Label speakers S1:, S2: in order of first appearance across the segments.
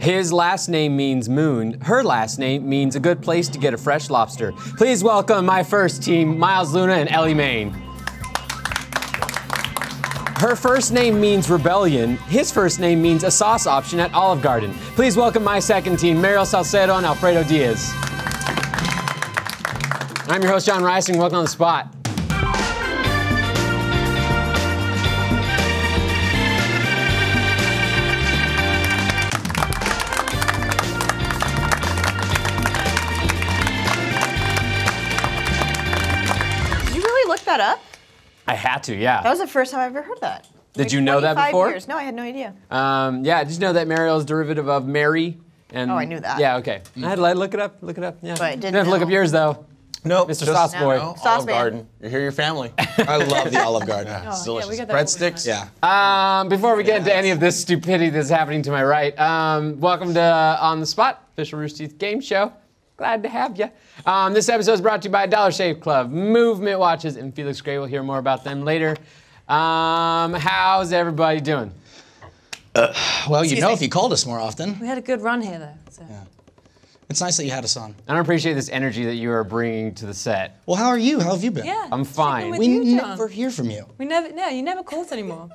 S1: His last name means moon. Her last name means a good place to get a fresh lobster. Please welcome my first team, Miles Luna and Ellie Main. Her first name means rebellion. His first name means a sauce option at Olive Garden. Please welcome my second team, Meryl Salcedo and Alfredo Diaz. I'm your host, John Rising. Welcome on the spot.
S2: Did you really look that up?
S1: I had to, yeah.
S2: That was the first time I've ever heard that.
S1: Did you know that
S2: 25
S1: before?
S2: Years. No, I had no idea.
S1: Um, yeah, did you know that Mariel is derivative of Mary? And
S2: Oh, I knew that.
S1: Yeah, okay. I had to I look it up. Look it up. Yeah.
S2: But I didn't
S1: You have to look
S2: know.
S1: up yours though.
S3: No,
S1: Mr. Sauce
S2: No.
S1: Boy.
S3: No,
S2: Sauce
S3: Olive
S2: man.
S3: Garden. You're here, your family. I love the Olive Garden. It's
S4: Oh, yeah, we
S3: delicious.
S4: got that all the
S3: Breadsticks. Yeah.
S1: Um, before we get into any of this stupidity that's happening to my right, um, welcome to uh, On the Spot, official Rooster Teeth game show. Glad to have you. Um, this episode is brought to you by Dollar Shave Club, Movement Watches, and Felix Gray. We'll hear more about them later. Um, how's everybody doing?
S3: Well, you
S4: Excuse
S3: know,
S4: me.
S3: if you called us more often,
S4: We had a good run here, though. So.
S3: it's nice that you had us on.
S1: I don't appreciate this energy that you are bringing to the set.
S3: Well, how are you? How have you been?
S4: Yeah.
S1: I'm
S4: sticking
S1: fine.
S4: with
S3: We
S4: you, John.
S3: never hear from you.
S4: We never. No, you never call us anymore.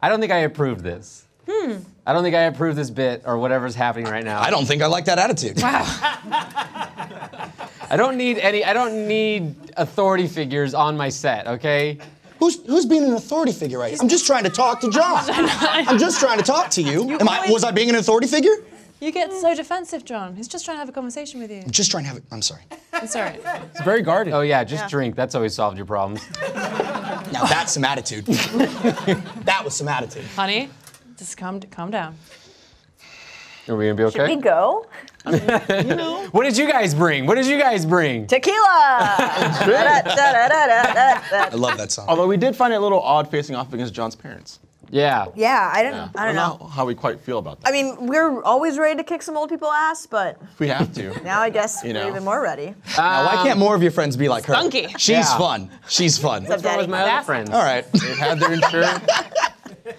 S1: I don't think I approve this.
S2: Hmm.
S1: I don't think I approve this bit or whatever's happening right now.
S3: I don't think I like that attitude.
S1: I don't need any. I don't need authority figures on my set. Okay.
S3: Who's who's being an authority figure right? I'm just trying to talk to John. I'm just trying to talk to you. Am I
S4: always-
S3: was I being an authority figure?
S4: You get
S3: Mm.
S4: so defensive, John. He's just trying to have a conversation with you.
S3: I'm just trying to have it. I'm sorry.
S4: I'm sorry.
S1: It's very guarded. Oh yeah, just drink. That's always solved your problems.
S3: Now that's some attitude. that was some attitude.
S4: Honey, just calm, calm down.
S1: Are we gonna be
S2: Should
S1: okay?
S2: we go?
S1: What did you guys bring? What did you guys bring?
S2: Tequila!
S3: I love that song.
S5: Although we did find it a little odd facing off against John's parents.
S1: Yeah.
S2: yeah, I don't, I don't know.
S5: how we quite feel about that.
S2: I mean, we're always ready to kick some old people ass, but
S5: we have to.
S2: now I guess
S5: You
S2: we're
S5: know.
S2: even more ready.
S3: Now, why can't more of your friends be like her?
S4: Spunky.
S3: She's
S1: Yeah.
S3: fun. She's fun.
S2: What's up,
S1: That was
S2: Daddy?
S1: my other friends.
S3: All right.
S5: They've had their insurance.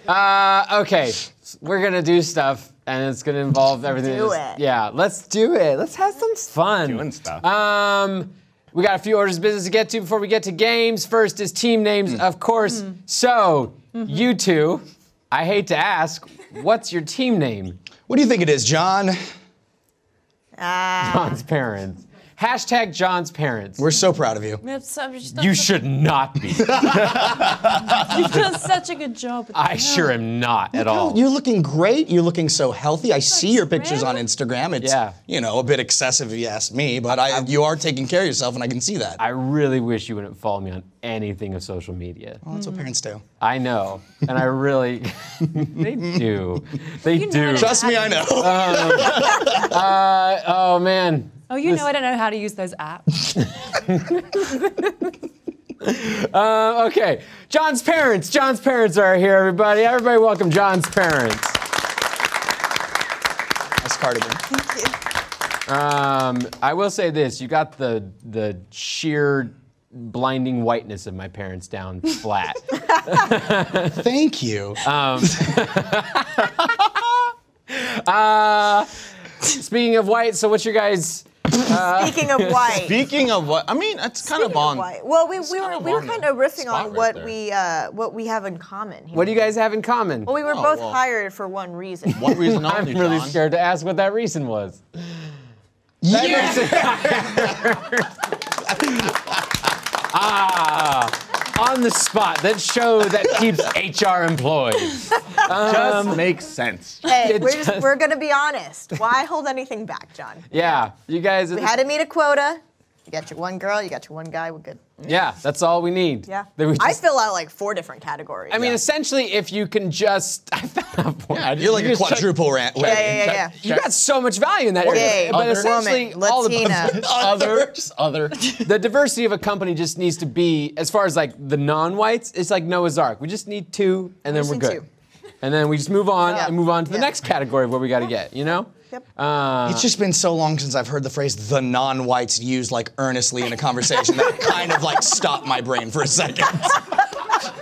S1: Uh, okay, s- we're gonna do stuff, and it's gonna involve everything.
S2: Do
S1: that's-
S2: it.
S1: Yeah, let's do it. Let's have some fun.
S5: Doing stuff.
S1: Um, we got a few orders of business to get to before we get to games. First is team names, of course. So you two, I hate to ask, what's your team name?
S3: What do you think it is, John?
S2: Ah,
S1: John's parents. Hashtag John's parents.
S3: We're so proud of you.
S4: We have so- we've just done
S1: you
S4: such-
S1: should not be.
S4: You've done such a good job. with
S1: I
S4: that.
S1: sure am not at all.
S3: You're looking great. You're looking so healthy. I see your pictures on Instagram. It's
S1: Yeah.
S3: you know a bit excessive if you ask me, but I, you are taking care of yourself, and I can see that.
S1: I really wish you wouldn't follow me on anything of social media.
S3: Well, that's what parents do.
S1: I know, and I really they do. They
S4: You know
S1: do.
S4: it.
S1: Just-
S3: Trust me, I know.
S1: oh man.
S4: Oh, you know I don't know how to use those apps.
S1: Uh, okay, John's parents. John's parents are here, everybody. Everybody, welcome John's parents.
S3: nice cardigan.
S1: Um, I will say this: you got the the sheer blinding whiteness of my parents down flat.
S3: Thank you.
S1: Speaking of white, so what's your guys?
S2: speaking of white.
S5: Speaking of what, I mean, it's kind of
S2: Speaking
S5: on.
S2: white. Well, we, we
S5: kind
S2: were
S5: of
S2: we were
S5: on
S2: kind
S5: the
S2: of riffing
S5: spot
S2: on
S5: right
S2: what
S5: there.
S2: we uh, what we have in common here.
S1: What do you guys have in common?
S2: well, we were
S5: Oh,
S2: both
S5: well.
S2: hired for one reason.
S5: One reason
S1: I'm
S5: only,
S1: really
S5: John.
S1: scared to ask what that reason was. ah, on the spot. That show that keeps HR employed.
S5: Just makes sense.
S2: Hey,
S1: It
S2: we're just,
S1: just-
S2: we're gonna be honest. Why hold anything back, John?
S1: Yeah, you guys.
S2: We had to meet a quota. You got your one girl. You got your one guy. We're good.
S1: yeah, that's all we need.
S2: Yeah.
S1: That we
S2: I
S1: just-
S2: fill out like four different categories.
S1: I mean, essentially, if you can just, I found out one.
S5: Yeah,
S3: You're like a
S1: just check-
S3: quadruple rant.
S2: yeah, yeah, yeah, yeah.
S1: You got so much value in that area,
S2: Gay,
S1: but
S2: other,
S1: essentially,
S2: woman,
S1: all
S2: Latina.
S1: the
S3: Other.
S5: Just other.
S1: the diversity of a company just needs to be as far as like the non-whites. It's like Noah's Ark. We just need two, and then
S2: just
S1: we're
S2: need
S1: good.
S2: two.
S1: And then we just move on
S2: Yeah.
S1: and move on to the
S2: Yeah.
S1: next category of what we got to get. You know?
S2: Yep.
S3: It's just been so long since I've heard the phrase "the non-whites" used like earnestly in a conversation that kind of like stopped my brain for a second.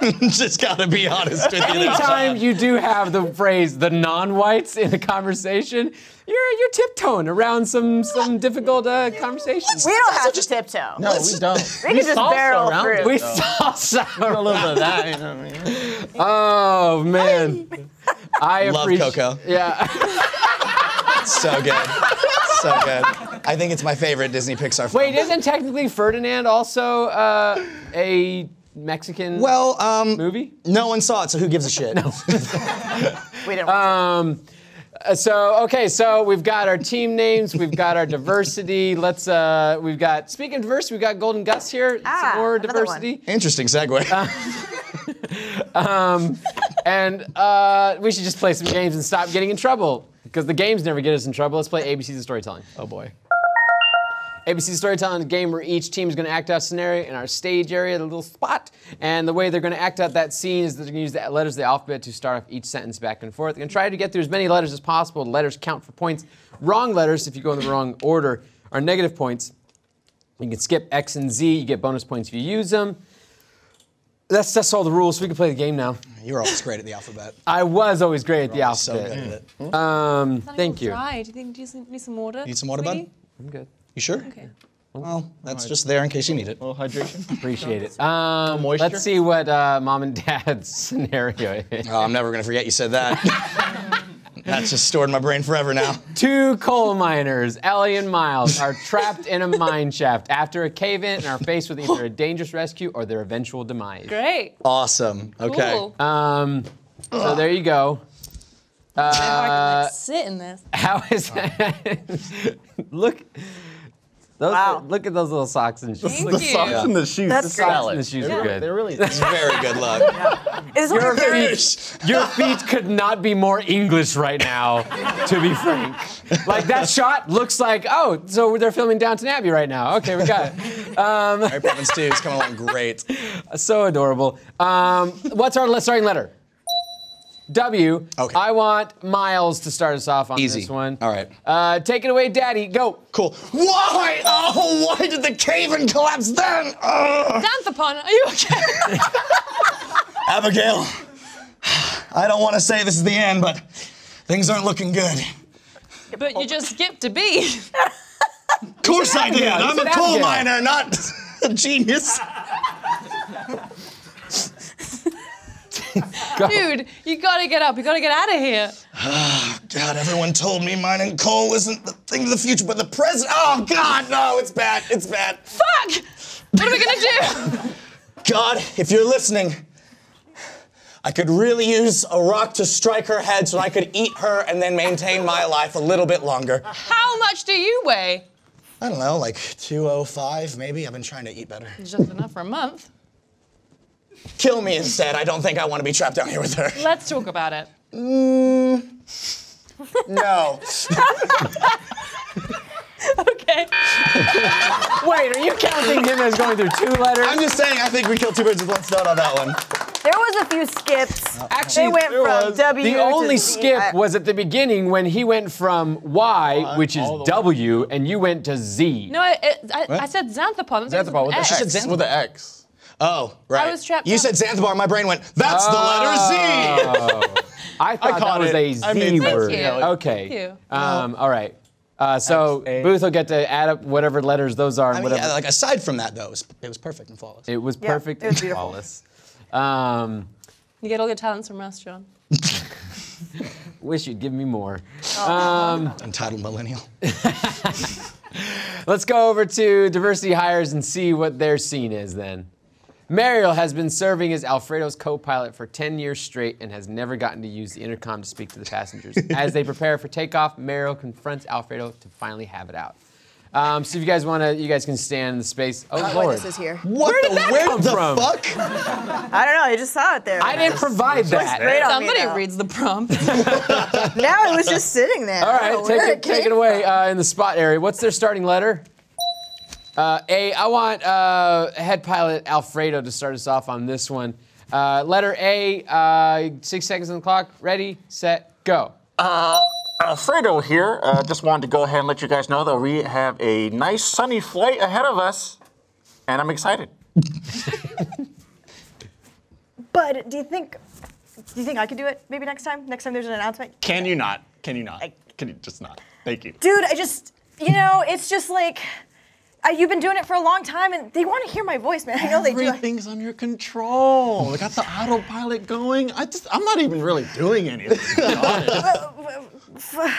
S3: Just gotta be honest with you. there,
S1: Anytime
S3: John.
S1: you do have the phrase "the non-whites" in a conversation, you're you're tiptoeing around some some difficult uh, conversations.
S2: We don't have to tiptoe.
S5: No, we don't.
S2: we can just
S5: salsa
S2: barrel
S5: around
S2: through.
S5: it,
S1: We saw sour.
S5: A little bit of that, you know what I mean?
S1: Oh man, I
S3: Love
S1: appreciate.
S3: Coco.
S1: Yeah.
S3: So good. So good. I think it's my favorite Disney Pixar film.
S1: Wait, isn't technically Ferdinand also uh, a Mexican
S3: Well, um,
S1: movie?
S3: no one saw it, so who gives a shit? No.
S2: We didn't. watch
S1: Um, uh, so okay, so we've got our team names, we've got our diversity. Let's uh, we've got speaking of diversity, we've got Golden Gus here.
S2: Ah,
S1: some more
S2: another one.
S1: diversity.
S3: Interesting segue.
S1: And uh, we should just play some games and stop getting in trouble because the games never get us in trouble. Let's play ABC's of Storytelling.
S5: Oh boy.
S1: ABC Storytelling is a game where each team is going to act out a scenario in our stage area, the little spot. And the way they're going to act out that scene is that they're going to use the letters of the alphabet to start off each sentence back and forth. They're going to try to get through as many letters as possible. Letters count for points. Wrong letters, if you go in the wrong order, are negative points. You can skip X and Z. You get bonus points if you use them. That's, that's all the rules. We can play the game now.
S3: you were always great at the alphabet.
S1: I was always great at the alphabet.
S3: Oh, So good at it.
S4: Not
S1: Thank
S4: even
S1: you.
S4: Fried. You think do you s- need some water?
S3: Need some water, bud?
S4: sweetie?
S1: I'm good.
S3: You sure?
S4: Okay.
S3: Well, that's just there in case you need it. Oh,
S5: A little hydration.
S1: Appreciate it. Um,
S5: moisture?
S1: let's see what uh, mom and dad's scenario is.
S3: Oh, I'm never gonna forget you said that. that's just stored in my brain forever now.
S1: Two coal miners, Ellie and Miles, are trapped in a mine shaft after a cave in and are faced with either a dangerous rescue or their eventual demise.
S4: Great.
S3: Awesome. Okay.
S4: Cool.
S1: Um, so there you go.
S4: I can like, sit in this.
S1: How is that? look. Those,
S2: Wow.
S1: Look at those little socks and shoes.
S4: Thank
S1: The
S4: you.
S1: socks and the,
S5: the shoes.
S2: That's
S1: socks
S2: great.
S1: and the shoes are good.
S5: They're really.
S3: Very good luck.
S2: it. Is this what my parents-
S1: Your feet could not be more English right now, to be frank. Like that shot looks like, oh, so they're filming Downton Abbey right now. Okay, we got it. Um,
S3: Mary Poppins 2 is coming along great.
S1: so adorable. Um, what's our le- starting letter? W.
S3: Okay.
S1: I want Miles to start us off on
S3: Easy.
S1: this one.
S3: All right.
S1: Uh, take it away, Daddy. Go.
S3: Cool. Why? Oh, why did the cave-in collapse then? Ugh.
S4: Danthapon, are you okay?
S3: Abigail, I don't want to say this is the end, but things aren't looking good.
S4: but you just skipped a B.
S3: Of course I did. I'm
S1: It's
S3: a
S1: an
S3: coal
S1: Abigail.
S3: miner, not a genius.
S4: Dude, you gotta get up. You gotta get out of here.
S3: Ah, God, everyone told me mining coal isn't the thing of the future, but the present. Oh God, no, it's bad. It's bad.
S4: Fuck! What are we gonna do?
S3: God, if you're listening, I could really use a rock to strike her head so I could eat her and then maintain my life a little bit longer.
S4: How much do you weigh?
S3: I don't know, like 205 maybe? I've been trying to eat better.
S4: It's just enough for a month.
S3: Kill me instead. I don't think I want to be trapped down here with her.
S4: Let's talk about it.
S3: No.
S4: Okay.
S1: Wait, are you counting him as going through two letters?
S3: I'm just saying, I think we killed two birds with one stone on that one.
S2: There was a few skips.
S1: Actually,
S2: they went
S1: there
S2: from
S1: was.
S2: W
S1: The
S2: to
S1: only
S2: Z.
S1: skip
S2: I-
S1: was at the beginning when he went from Y, which is
S5: all the way.
S1: W, and you went to Z.
S4: No, I, it, I, I said Xanthopon. That's
S5: Xanthopon with the
S4: X.
S5: X.
S3: She said
S5: With the X.
S3: Oh, right.
S4: I was trapped
S3: You
S4: up.
S3: said Xanthabar, my brain went, that's the letter Z!
S1: I thought that
S5: caught
S1: was
S5: it.
S1: a
S5: I made
S1: Z
S5: sense.
S1: word.
S4: Thank you.
S1: Okay.
S4: Thank you.
S1: Um, all right. Uh, so
S5: X, A.
S1: Booth will get to add up whatever letters those are and
S3: I mean,
S1: whatever.
S3: yeah, like, aside from that, though, it was, it was perfect and flawless.
S1: it was
S2: Yeah,
S1: perfect
S2: it was
S1: and
S2: beautiful.
S1: flawless. Um,
S4: You get all your talents from us, John.
S1: wish you'd give me more.
S3: Entitled millennial.
S1: Let's go over to diversity hires and see what their scene is then. Mariel has been serving as Alfredo's co pilot for 10 years straight and has never gotten to use the intercom to speak to the passengers. As they prepare for takeoff, Mariel confronts Alfredo to finally have it out. Um, so if you guys want to, you guys can stand in the space. Oh,
S2: Oh, wait,
S1: Lord.
S2: this is here.
S3: What
S1: Where did
S3: the,
S1: that
S3: where
S1: come
S3: the
S1: from?
S3: fuck?
S2: I don't know. You just saw it there.
S1: I didn't provide that.
S2: Right on me
S4: Somebody
S2: now.
S4: reads the prompt.
S2: Now it was just sitting there.
S1: All right, take it, take it away uh, in the spot area. What's their starting letter? Uh, a. I want uh, head pilot Alfredo to start us off on this one. Uh, letter A. Uh, six seconds on the clock. Ready, set, go.
S6: Uh, Fredo here. Uh, just wanted to go ahead and let you guys know that we have a nice sunny flight ahead of us, and I'm excited.
S2: But do you think do you think I could do it? Maybe next time. Next time there's an announcement.
S5: Can you not? Can you not? Can you just not? Thank you.
S2: Dude, I just you know it's just like. I, you've been doing it for a long time, and they want to hear my voice, man. I know they do.
S5: Everything's under control. I got the autopilot going. I just, I'm not even really doing anything. to be honest.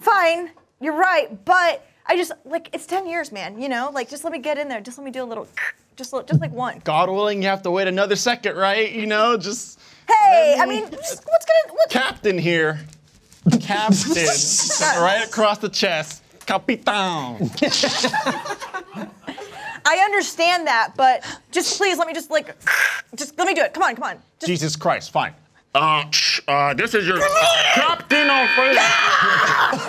S2: Fine, you're right, but I just like it's ten years, man. You know, like just let me get in there. Just let me do a little, just li- just like one.
S5: God willing, you have to wait another second, right? You know, just
S2: Hey, I mean, just, what's gonna what?
S5: captain here. Captain, right across the chest. Capitan.
S2: I understand that, but just please let me just like, just let me do it. Come on, come on. Just,
S5: Jesus Christ. Fine.
S6: Uh, shh, uh, this is your captain on fire.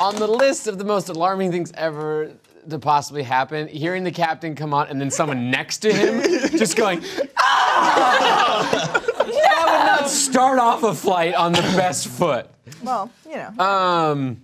S1: on the list of the most alarming things ever to possibly happen, hearing the captain come on and then someone next to him just going, "Ah!" That would not start off a flight on the best foot.
S2: well, you know.
S1: Um,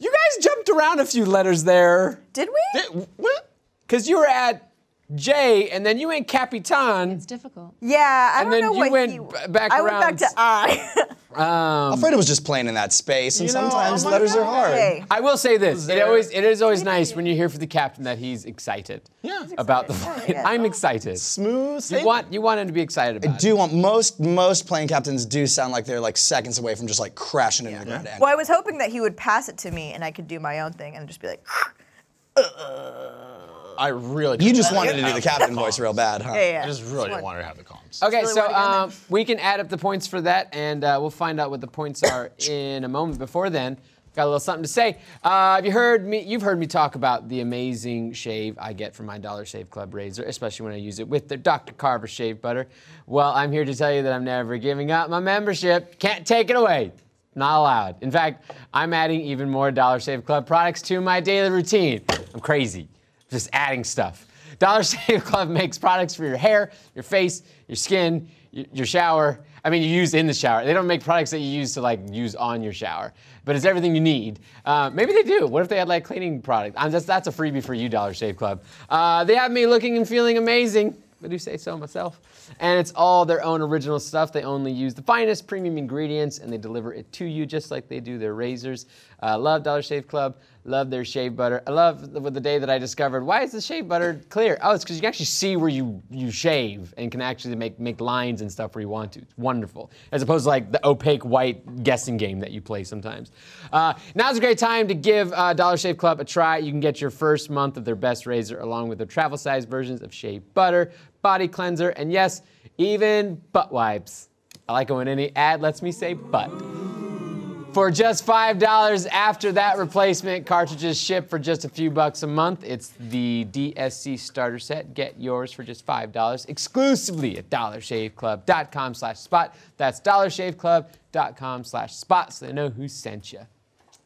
S1: you guys jumped around a few letters there
S2: did we?
S5: What?
S1: because you were at J and then you went Capitan.
S4: It's difficult.
S2: yeah, I
S1: and
S2: don't
S1: then
S2: know
S1: you
S2: what
S1: went
S2: he.
S1: b- back
S2: I went back
S1: around.
S2: to I.
S3: Alfredo was just playing in that space, and
S5: You know,
S3: sometimes
S5: oh my
S3: letters are
S5: God.
S3: hard.
S2: Hey,
S1: I will say this: it
S5: there-
S1: always it is always nice when you hear from the captain that he's excited
S5: Yeah. He's
S1: about the
S2: excited.
S1: flight.
S2: Yeah, yeah.
S1: I'm excited.
S5: Smooth.
S1: You want you want him to be excited about. it.
S3: Do you want most most plane captains do sound like they're like seconds away from just like crashing into the ground?
S2: well, I was hoping that he would pass it to me and I could do my own thing and just be like,
S5: I really.
S3: You
S5: don't
S3: just
S5: wanna
S3: wanted to do
S5: have
S3: the captain voice real bad, huh?
S2: yeah, yeah.
S5: I just really
S2: Just
S5: didn't
S2: one.
S5: want her to have the comms.
S1: Okay,
S2: really
S1: so
S2: wanna get in
S1: um, we can add up the points for that, and uh, we'll find out what the points are in a moment. Before then, got a little something to say. Uh, have you heard me? You've heard me talk about the amazing shave I get from my Dollar Shave Club razor, especially when I use it with their Dr. Carver shave butter. Well, I'm here to tell you that I'm never giving up my membership. Can't take it away. Not allowed. In fact, I'm adding even more Dollar Shave Club products to my daily routine. I'm crazy, just adding stuff. Dollar Shave Club makes products for your hair, your face, your skin, y- your shower. I mean, you use in the shower. They don't make products that you use to like use on your shower, but it's everything you need. Uh, maybe they do. What if they had like cleaning products? Um, that's, that's a freebie for you, Dollar Shave Club. Uh, they have me looking and feeling amazing. I do say so myself. And it's all their own original stuff. They only use the finest premium ingredients and they deliver it to you just like they do their razors. Uh, love Dollar Shave Club. Love their shave butter. I love the, with the day that I discovered why is the shave butter clear? Oh, it's because you can actually see where you, you shave and can actually make, make lines and stuff where you want to. It's wonderful. As opposed to like the opaque white guessing game that you play sometimes. Uh, now's a great time to give uh, Dollar Shave Club a try. You can get your first month of their best razor along with their travel size versions of shave butter, body cleanser, and yes, even butt wipes. I like it when any ad lets me say butt. For just $5 after that replacement, cartridges ship for just a few bucks a month. It's the DSC starter set. Get yours for just $5 exclusively at dollarshaveclub.com slash spot. That's dollarshaveclub.com slash spot so they know who sent you.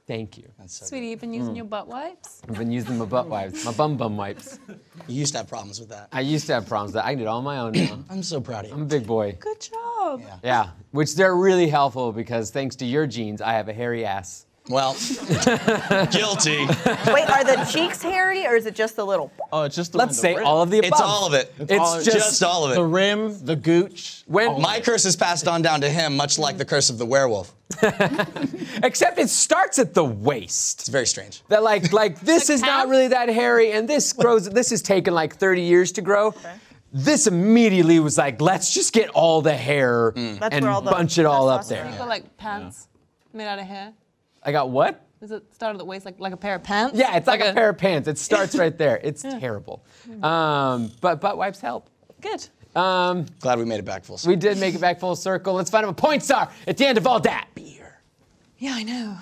S1: Thank you.
S4: Sweetie, you've been using
S1: Hmm.
S4: your butt wipes?
S1: I've been using my butt wipes, my bum bum wipes.
S3: You used to have problems with that.
S1: I used to have problems with that I can do it all on my own now.
S3: I'm so proud of you.
S1: I'm a big boy.
S4: Good job.
S1: Yeah, which they're really helpful because thanks to your genes, I have a hairy ass.
S3: Well, guilty.
S2: Wait, are the cheeks hairy or is it just the little?
S5: Oh, it's just the
S1: Let's say all of the above.
S3: It's all of it.
S1: It's
S5: all-
S1: just,
S3: Just all of
S5: the
S3: it.
S5: rim, the gooch.
S1: when
S3: Oh My curse is passed on down to him, much like the curse of the werewolf.
S1: Except it starts at the waist.
S3: It's very strange.
S1: That like like this is not
S4: count?
S1: really that hairy, and this grows. This has taken like 30 years to grow. This immediately was like, let's just get all the hair
S2: That's
S1: and
S2: where all the
S1: bunch it all up
S2: testosterone
S1: there.
S4: You've got like pants made out of hair.
S1: I got what?
S4: Is it started at the waist like, like a pair of pants?
S1: Yeah, it's like, a, pair of pants. It starts right there. It's terrible. Um, but butt wipes help.
S4: Good.
S1: Um,
S3: Glad we made it back full circle.
S1: we did make it back full circle. Let's find out what points are at the end of all that. Beer.
S4: Yeah, I know.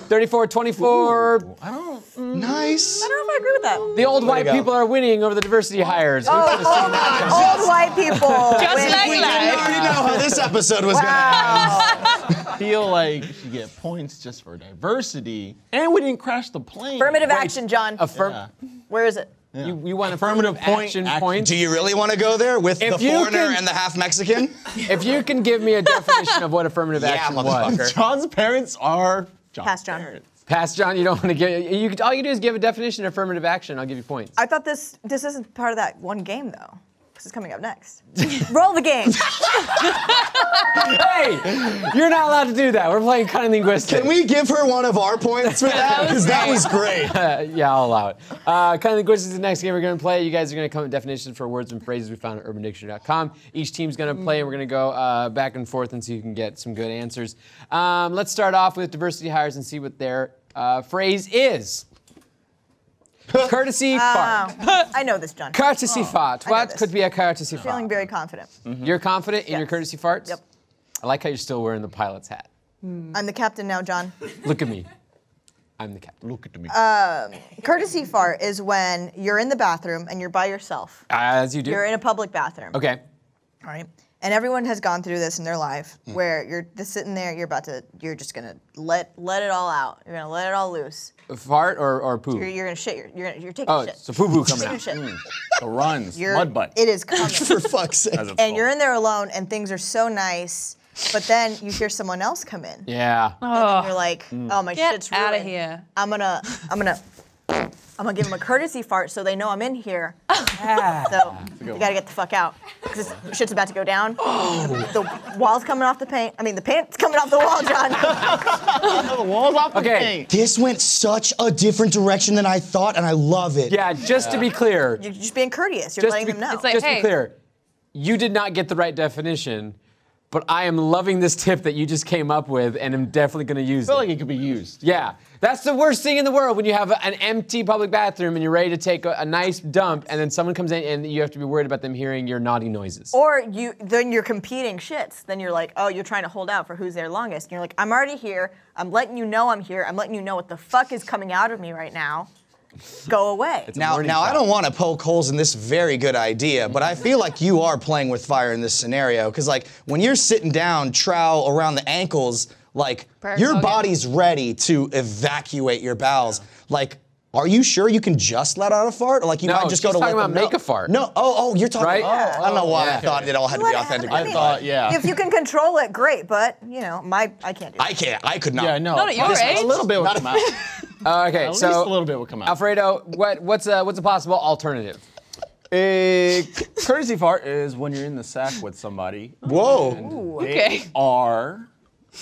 S1: 34, 24.
S5: I don't.
S3: Nice.
S2: I don't know if I agree with that.
S1: The old white
S3: go.
S1: people are winning over the diversity hires. We
S2: Oh.
S1: could've seen that coming.
S2: Old white people.
S4: Just
S2: with-
S4: like
S3: We
S4: that.
S3: didn't already know how this episode was
S2: Wow.
S5: feel like you should get points just for diversity, and we didn't crash the plane.
S2: Affirmative action, John.
S1: Affirm-
S5: Yeah.
S2: Where is it?
S1: you, you want
S5: Affirmative point,
S1: action
S5: action.
S1: points?
S3: gonna. Do you really want to go there with
S1: If
S3: the
S1: you
S3: foreigner
S1: can-
S3: and the half Mexican?
S1: If you can give me a definition of what affirmative
S3: Yeah,
S1: action was.
S3: motherfucker.
S5: John's parents are John's
S2: Pass, John.
S5: parents.
S1: Pass, John. You don't want to get. You could- all you do is give a definition of affirmative action. I'll give you points.
S2: I thought this this isn't part of that one game though, because it's coming up next. Roll the game.
S1: hey, you're not allowed to do that. We're playing cunning linguistics.
S3: Can we give her one of our points for that? Because that was great.
S1: yeah, I'll allow it. Uh, kind of the questions. The next game we're going to play. You guys are going to come up with definitions for words and phrases we found at UrbanDictionary.com. Each team's going to play, and we're going to go uh, back and forth and see who can get some good answers. Um, let's start off with diversity hires and see what their uh, phrase is. courtesy fart.
S2: I know this, John.
S1: Courtesy fart.
S2: Oh. I know
S1: What
S2: this.
S1: could be a courtesy
S2: Feeling
S1: fart?
S2: very confident.
S1: You're confident in your
S2: Yes.
S1: courtesy farts.
S2: Yep.
S1: I like how you're still wearing the pilot's hat.
S2: I'm the captain now, John.
S1: Look at me. I'm the captain.
S5: Look at me.
S2: Courtesy fart is when you're in the bathroom and you're by yourself.
S1: As you do.
S2: You're in a public bathroom.
S1: okay.
S2: All right. And everyone has gone through this in their life
S1: Mm.
S2: where you're just sitting there, you're about to, you're just gonna let let it all out. You're gonna let it all loose.
S1: Fart or, or poo?
S2: You're, you're gonna shit. You're, you're, gonna- you're taking
S1: oh,
S2: shit.
S1: it's a poo poo coming
S2: Taking
S1: out. Mm.
S2: shit.
S5: the runs,
S2: You're-
S5: mud butt.
S2: It is
S3: For
S2: coming.
S3: fuck's sake.
S5: That's a
S2: and
S5: full-
S2: you're in there alone, and things are so nice, but then you hear someone else come in.
S1: Yeah. Mm.
S2: And you're like, oh my
S4: Get
S2: shit's
S4: outta
S2: ruined.
S4: here.
S2: I'm gonna, I'm gonna, I'm gonna give them a courtesy fart so they know I'm in here. So you gotta get the fuck out because shit's about to go down. The wall's coming off the paint. I mean, the paint's coming off the wall, John.
S5: the walls off the
S1: Okay.
S5: paint.
S3: This went such a different direction than I thought, and I love it.
S1: Yeah, just to be clear,
S2: You're just being courteous. You're
S1: just,
S2: letting
S1: to be,
S2: them know.
S4: It's like-
S1: just to be
S4: hey.
S1: clear, you did not get the right definition, but I am loving this tip that you just came up with, and I'm definitely going to use
S5: I feel
S1: it.
S5: like it could be used.
S1: Yeah, that's the worst thing in the world when you have an empty public bathroom and you're ready to take a, a nice dump, and then someone comes in and you have to be worried about them hearing your naughty noises.
S5: Oh.
S2: or you, then you're competing shits. Then you're like, oh, you're trying to hold out for who's there longest. And you're like, I'm already here. I'm letting you know I'm here. I'm letting you know what the fuck is coming out of me right now. Go away.
S3: Now,
S1: Morning
S3: now I
S1: crowd.
S3: don't want to poke holes in this very good idea, but I feel like you are playing with fire in this scenario. Because, like, when you're sitting down, trowel around the ankles, like,
S4: Prayer
S3: your
S4: dog.
S3: body's ready to evacuate your bowels. Like, are you sure you can just let out a fart? Or, like, you
S1: No,
S3: might just go
S1: she's
S3: to
S1: talking
S3: let
S1: about
S3: them know-
S1: make a fart.
S3: No, oh, oh, you're talking
S1: Right?
S3: Oh, I don't know why I
S1: Yeah.
S3: thought it all had to
S2: Let
S3: be
S2: it happen.
S3: authentic.
S5: I thought, yeah.
S2: If you can control it, great. But you know, my I can't do
S3: I
S2: that.
S3: can't. I could not.
S5: Yeah, no.
S4: Not at your
S5: Just
S4: age.
S5: A little bit would come out.
S1: Uh, okay,
S5: At
S1: so
S5: least a little bit would come out.
S1: Uh, Alfredo, what, what's a what's a possible alternative?
S5: Uh, A courtesy fart is when you're in the sack with somebody.
S3: Whoa.
S5: They
S4: Okay.
S5: are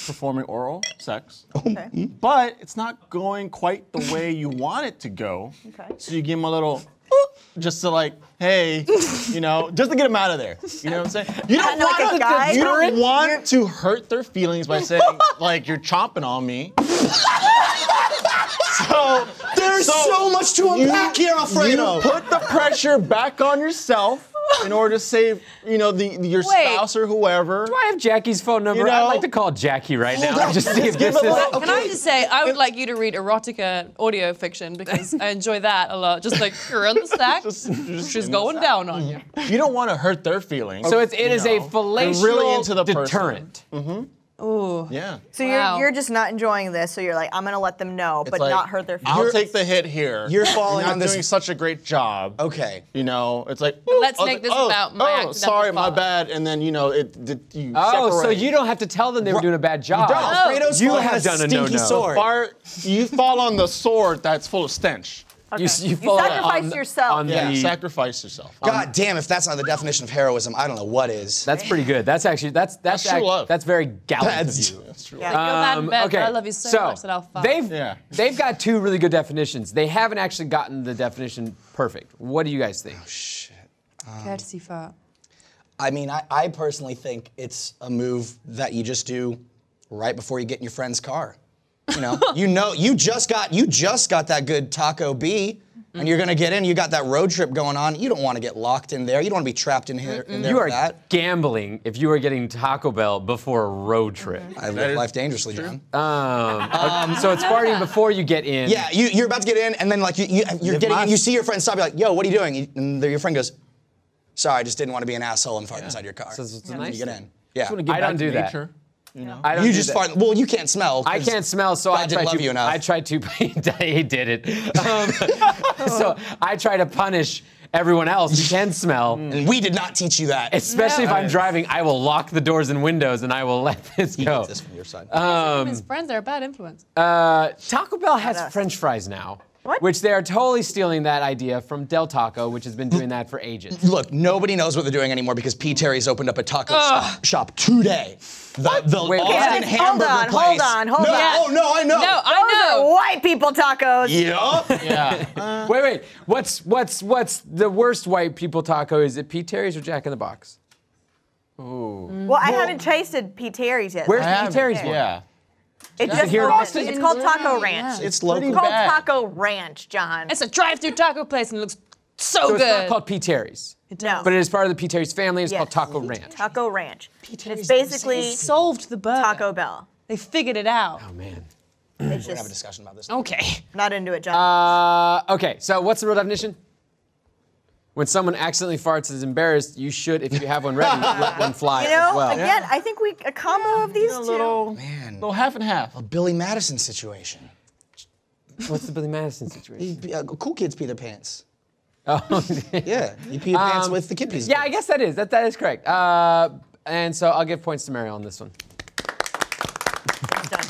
S5: performing oral sex,
S2: Okay.
S5: but it's not going quite the way you want it to go.
S2: Okay.
S5: So you give them a little. "Oop," Just to like, hey, you know, just to get them out of there. You know what I'm saying? You don't
S2: Kinda like a
S5: want,
S2: guy.
S5: you don't
S2: You're-
S5: want to hurt their feelings by saying like you're chomping on me. so
S3: There's so, much to unpack here, Alfredo.
S5: You put the pressure back on yourself in order to save, you know, the, the- your
S4: Wait.
S5: spouse or whoever.
S1: I have Jackie's phone number.
S5: You know-
S1: I'd like to call Jackie right now.
S3: Hold on,
S1: just see
S3: let's
S1: if
S3: give
S1: this
S3: it a
S1: is.
S3: little-
S4: Can I just say, I would like you to read erotica audio fiction because I enjoy that a lot. Just like you're on the stack,
S5: Just- just
S4: she's
S5: in the
S4: going
S5: sack.
S4: down on you.
S5: You don't want to hurt their feelings.
S1: So it's, it
S5: you
S1: is
S5: know.
S1: a
S5: They're
S1: fallacious
S5: really into the person. Mm-hmm.
S1: deterrent.
S5: Yeah.
S2: So
S4: Wow.
S2: you're you're just not enjoying this. So you're like, I'm gonna let them know, but
S5: It's like,
S2: not hurt their feelings.
S5: I'll take the hit here.
S3: You're falling
S5: not
S3: on this-
S5: doing such a great job.
S3: Okay.
S5: You know, it's like
S4: Let's
S5: oh,
S4: make this
S5: oh,
S4: about my
S5: Oh,
S4: accidental
S5: sorry, my
S4: follow-up.
S5: bad. And then you know, it, it you
S1: Oh, so
S5: separate.
S1: you don't have to tell them they were doing a bad job.
S5: don't. Oh.
S3: Alfredo's
S1: You
S3: falling
S1: have
S3: on a
S1: done a
S3: stinky
S1: no-no.
S3: sword.
S5: Fart- you fall on the sword that's full of stench.
S1: You,
S2: Okay.
S1: you,
S2: You
S1: fall
S2: sacrifice
S1: on,
S2: yourself.
S1: on
S5: Yeah,
S1: the-
S5: sacrifice yourself.
S1: Um,
S3: God damn, if that's not the definition of heroism, I don't know what is.
S1: that's pretty good. That's actually that's that's
S5: That's true
S1: act-
S5: love.
S1: that's very gallant
S3: That's-
S1: of you.
S5: That's true.
S4: You're bad in
S1: Um,
S4: bed, but
S1: okay,
S4: I love you so, much that I'll fuck.
S1: They've
S5: Yeah.
S1: they've got two really good definitions. They haven't actually gotten the definition perfect. What do you guys think?
S4: Courtesy fart.
S3: I mean, I, I personally think it's a move that you just do right before you get in your friend's car. You know, you know, you just got you just got that good Taco B, and you're gonna get in. You got that road trip going on. You don't want to get locked in there. You don't want to be trapped in here. In there
S1: you
S3: with
S1: are
S3: that.
S1: gambling if you are getting Taco Bell before a road trip.
S3: I live life dangerously, John.
S1: Um, so it's farting before you get in.
S3: yeah, you, you're about to get in, and then like you, you you're getting in. You see your friend stop. You're like, yo, what are you doing? You- And the- your friend goes, sorry, I just didn't want to be an asshole and fart inside your car.
S1: So it's- it's
S3: and then
S1: nice
S3: you get
S1: thing.
S3: in. Yeah.
S5: wanna get
S1: I
S5: back
S1: don't
S5: to
S1: do that.
S5: nature, You know.
S1: I don't
S3: You
S1: do
S3: just
S1: that.
S3: fart. Well, you can't smell.
S1: I
S3: 'cause
S1: can't smell, so
S3: God
S1: I
S3: didn't
S1: tried
S3: love
S1: to.
S3: you enough.
S1: I tried to. he did it. Um, so I try to punish everyone else who can smell.
S3: And we did not teach you that.
S1: Especially if
S4: No.
S1: I'm driving, I will lock the doors and windows and I will let this
S3: You
S1: go.
S3: did this from your side.
S4: his friends are a bad influence.
S1: Um, Uh, Taco Bell has
S2: us.
S1: French fries now,
S2: What?
S1: which they are totally stealing that idea from Del Taco, which has been doing that for ages.
S3: Look, nobody knows what they're doing anymore because P. Terry's opened up a taco stop- shop today. The, the
S1: Wait, what?
S3: Austin
S2: Hold
S3: hamburger
S2: on, hold
S3: place.
S2: on, hold
S3: no,
S2: on.
S3: Oh no, I know.
S4: No,
S2: Those
S4: I
S2: are
S4: know.
S2: white people tacos.
S3: yeah.
S1: Yeah. wait, wait. What's what's what's the worst white people taco? Is it Pete Terry's or Jack in the Box?
S2: Well, I haven't tasted P. Terry's yet.
S1: Where's
S5: I
S1: Pete
S5: haven't-
S1: Terry's one?
S5: Yeah.
S2: It just
S1: here in
S2: opened.
S1: Austin?
S2: It's called Taco Ranch.
S3: It's
S2: It's
S3: local.
S2: called
S5: bad.
S2: Taco Ranch, John.
S4: It's a drive-through taco place and it looks so,
S1: So
S4: good.
S1: it's not called Pete Terry's,
S2: no.
S1: but it is part of the Pete Terry's family. It's called
S2: Yes.
S1: Taco Ranch.
S2: Taco Ranch. And
S3: Terry's
S2: it's
S3: the same
S2: basically
S4: They solved the burger.
S2: Taco Bell.
S4: They figured it out.
S1: Oh man.
S2: It's
S3: Have a
S2: just
S3: discussion about this.
S4: Okay.
S2: not into it, John.
S1: Uh, okay. So what's the real definition? When someone accidentally farts and is embarrassed, you should, if you have one ready, let one fly
S2: you know,
S1: as well.
S2: again, I think we a combo of these
S5: A
S2: two.
S5: little,
S3: Man.
S5: little half and half.
S3: Billy Madison situation.
S1: What's the Billy Madison situation?
S3: Be- uh, cool kids pee their pants.
S1: oh, Um,
S3: Yeah, you pee your pants with the kid pees.
S1: yeah, I guess that is that that is correct. Uh, and so I'll give points to Mary on this one.
S2: Done.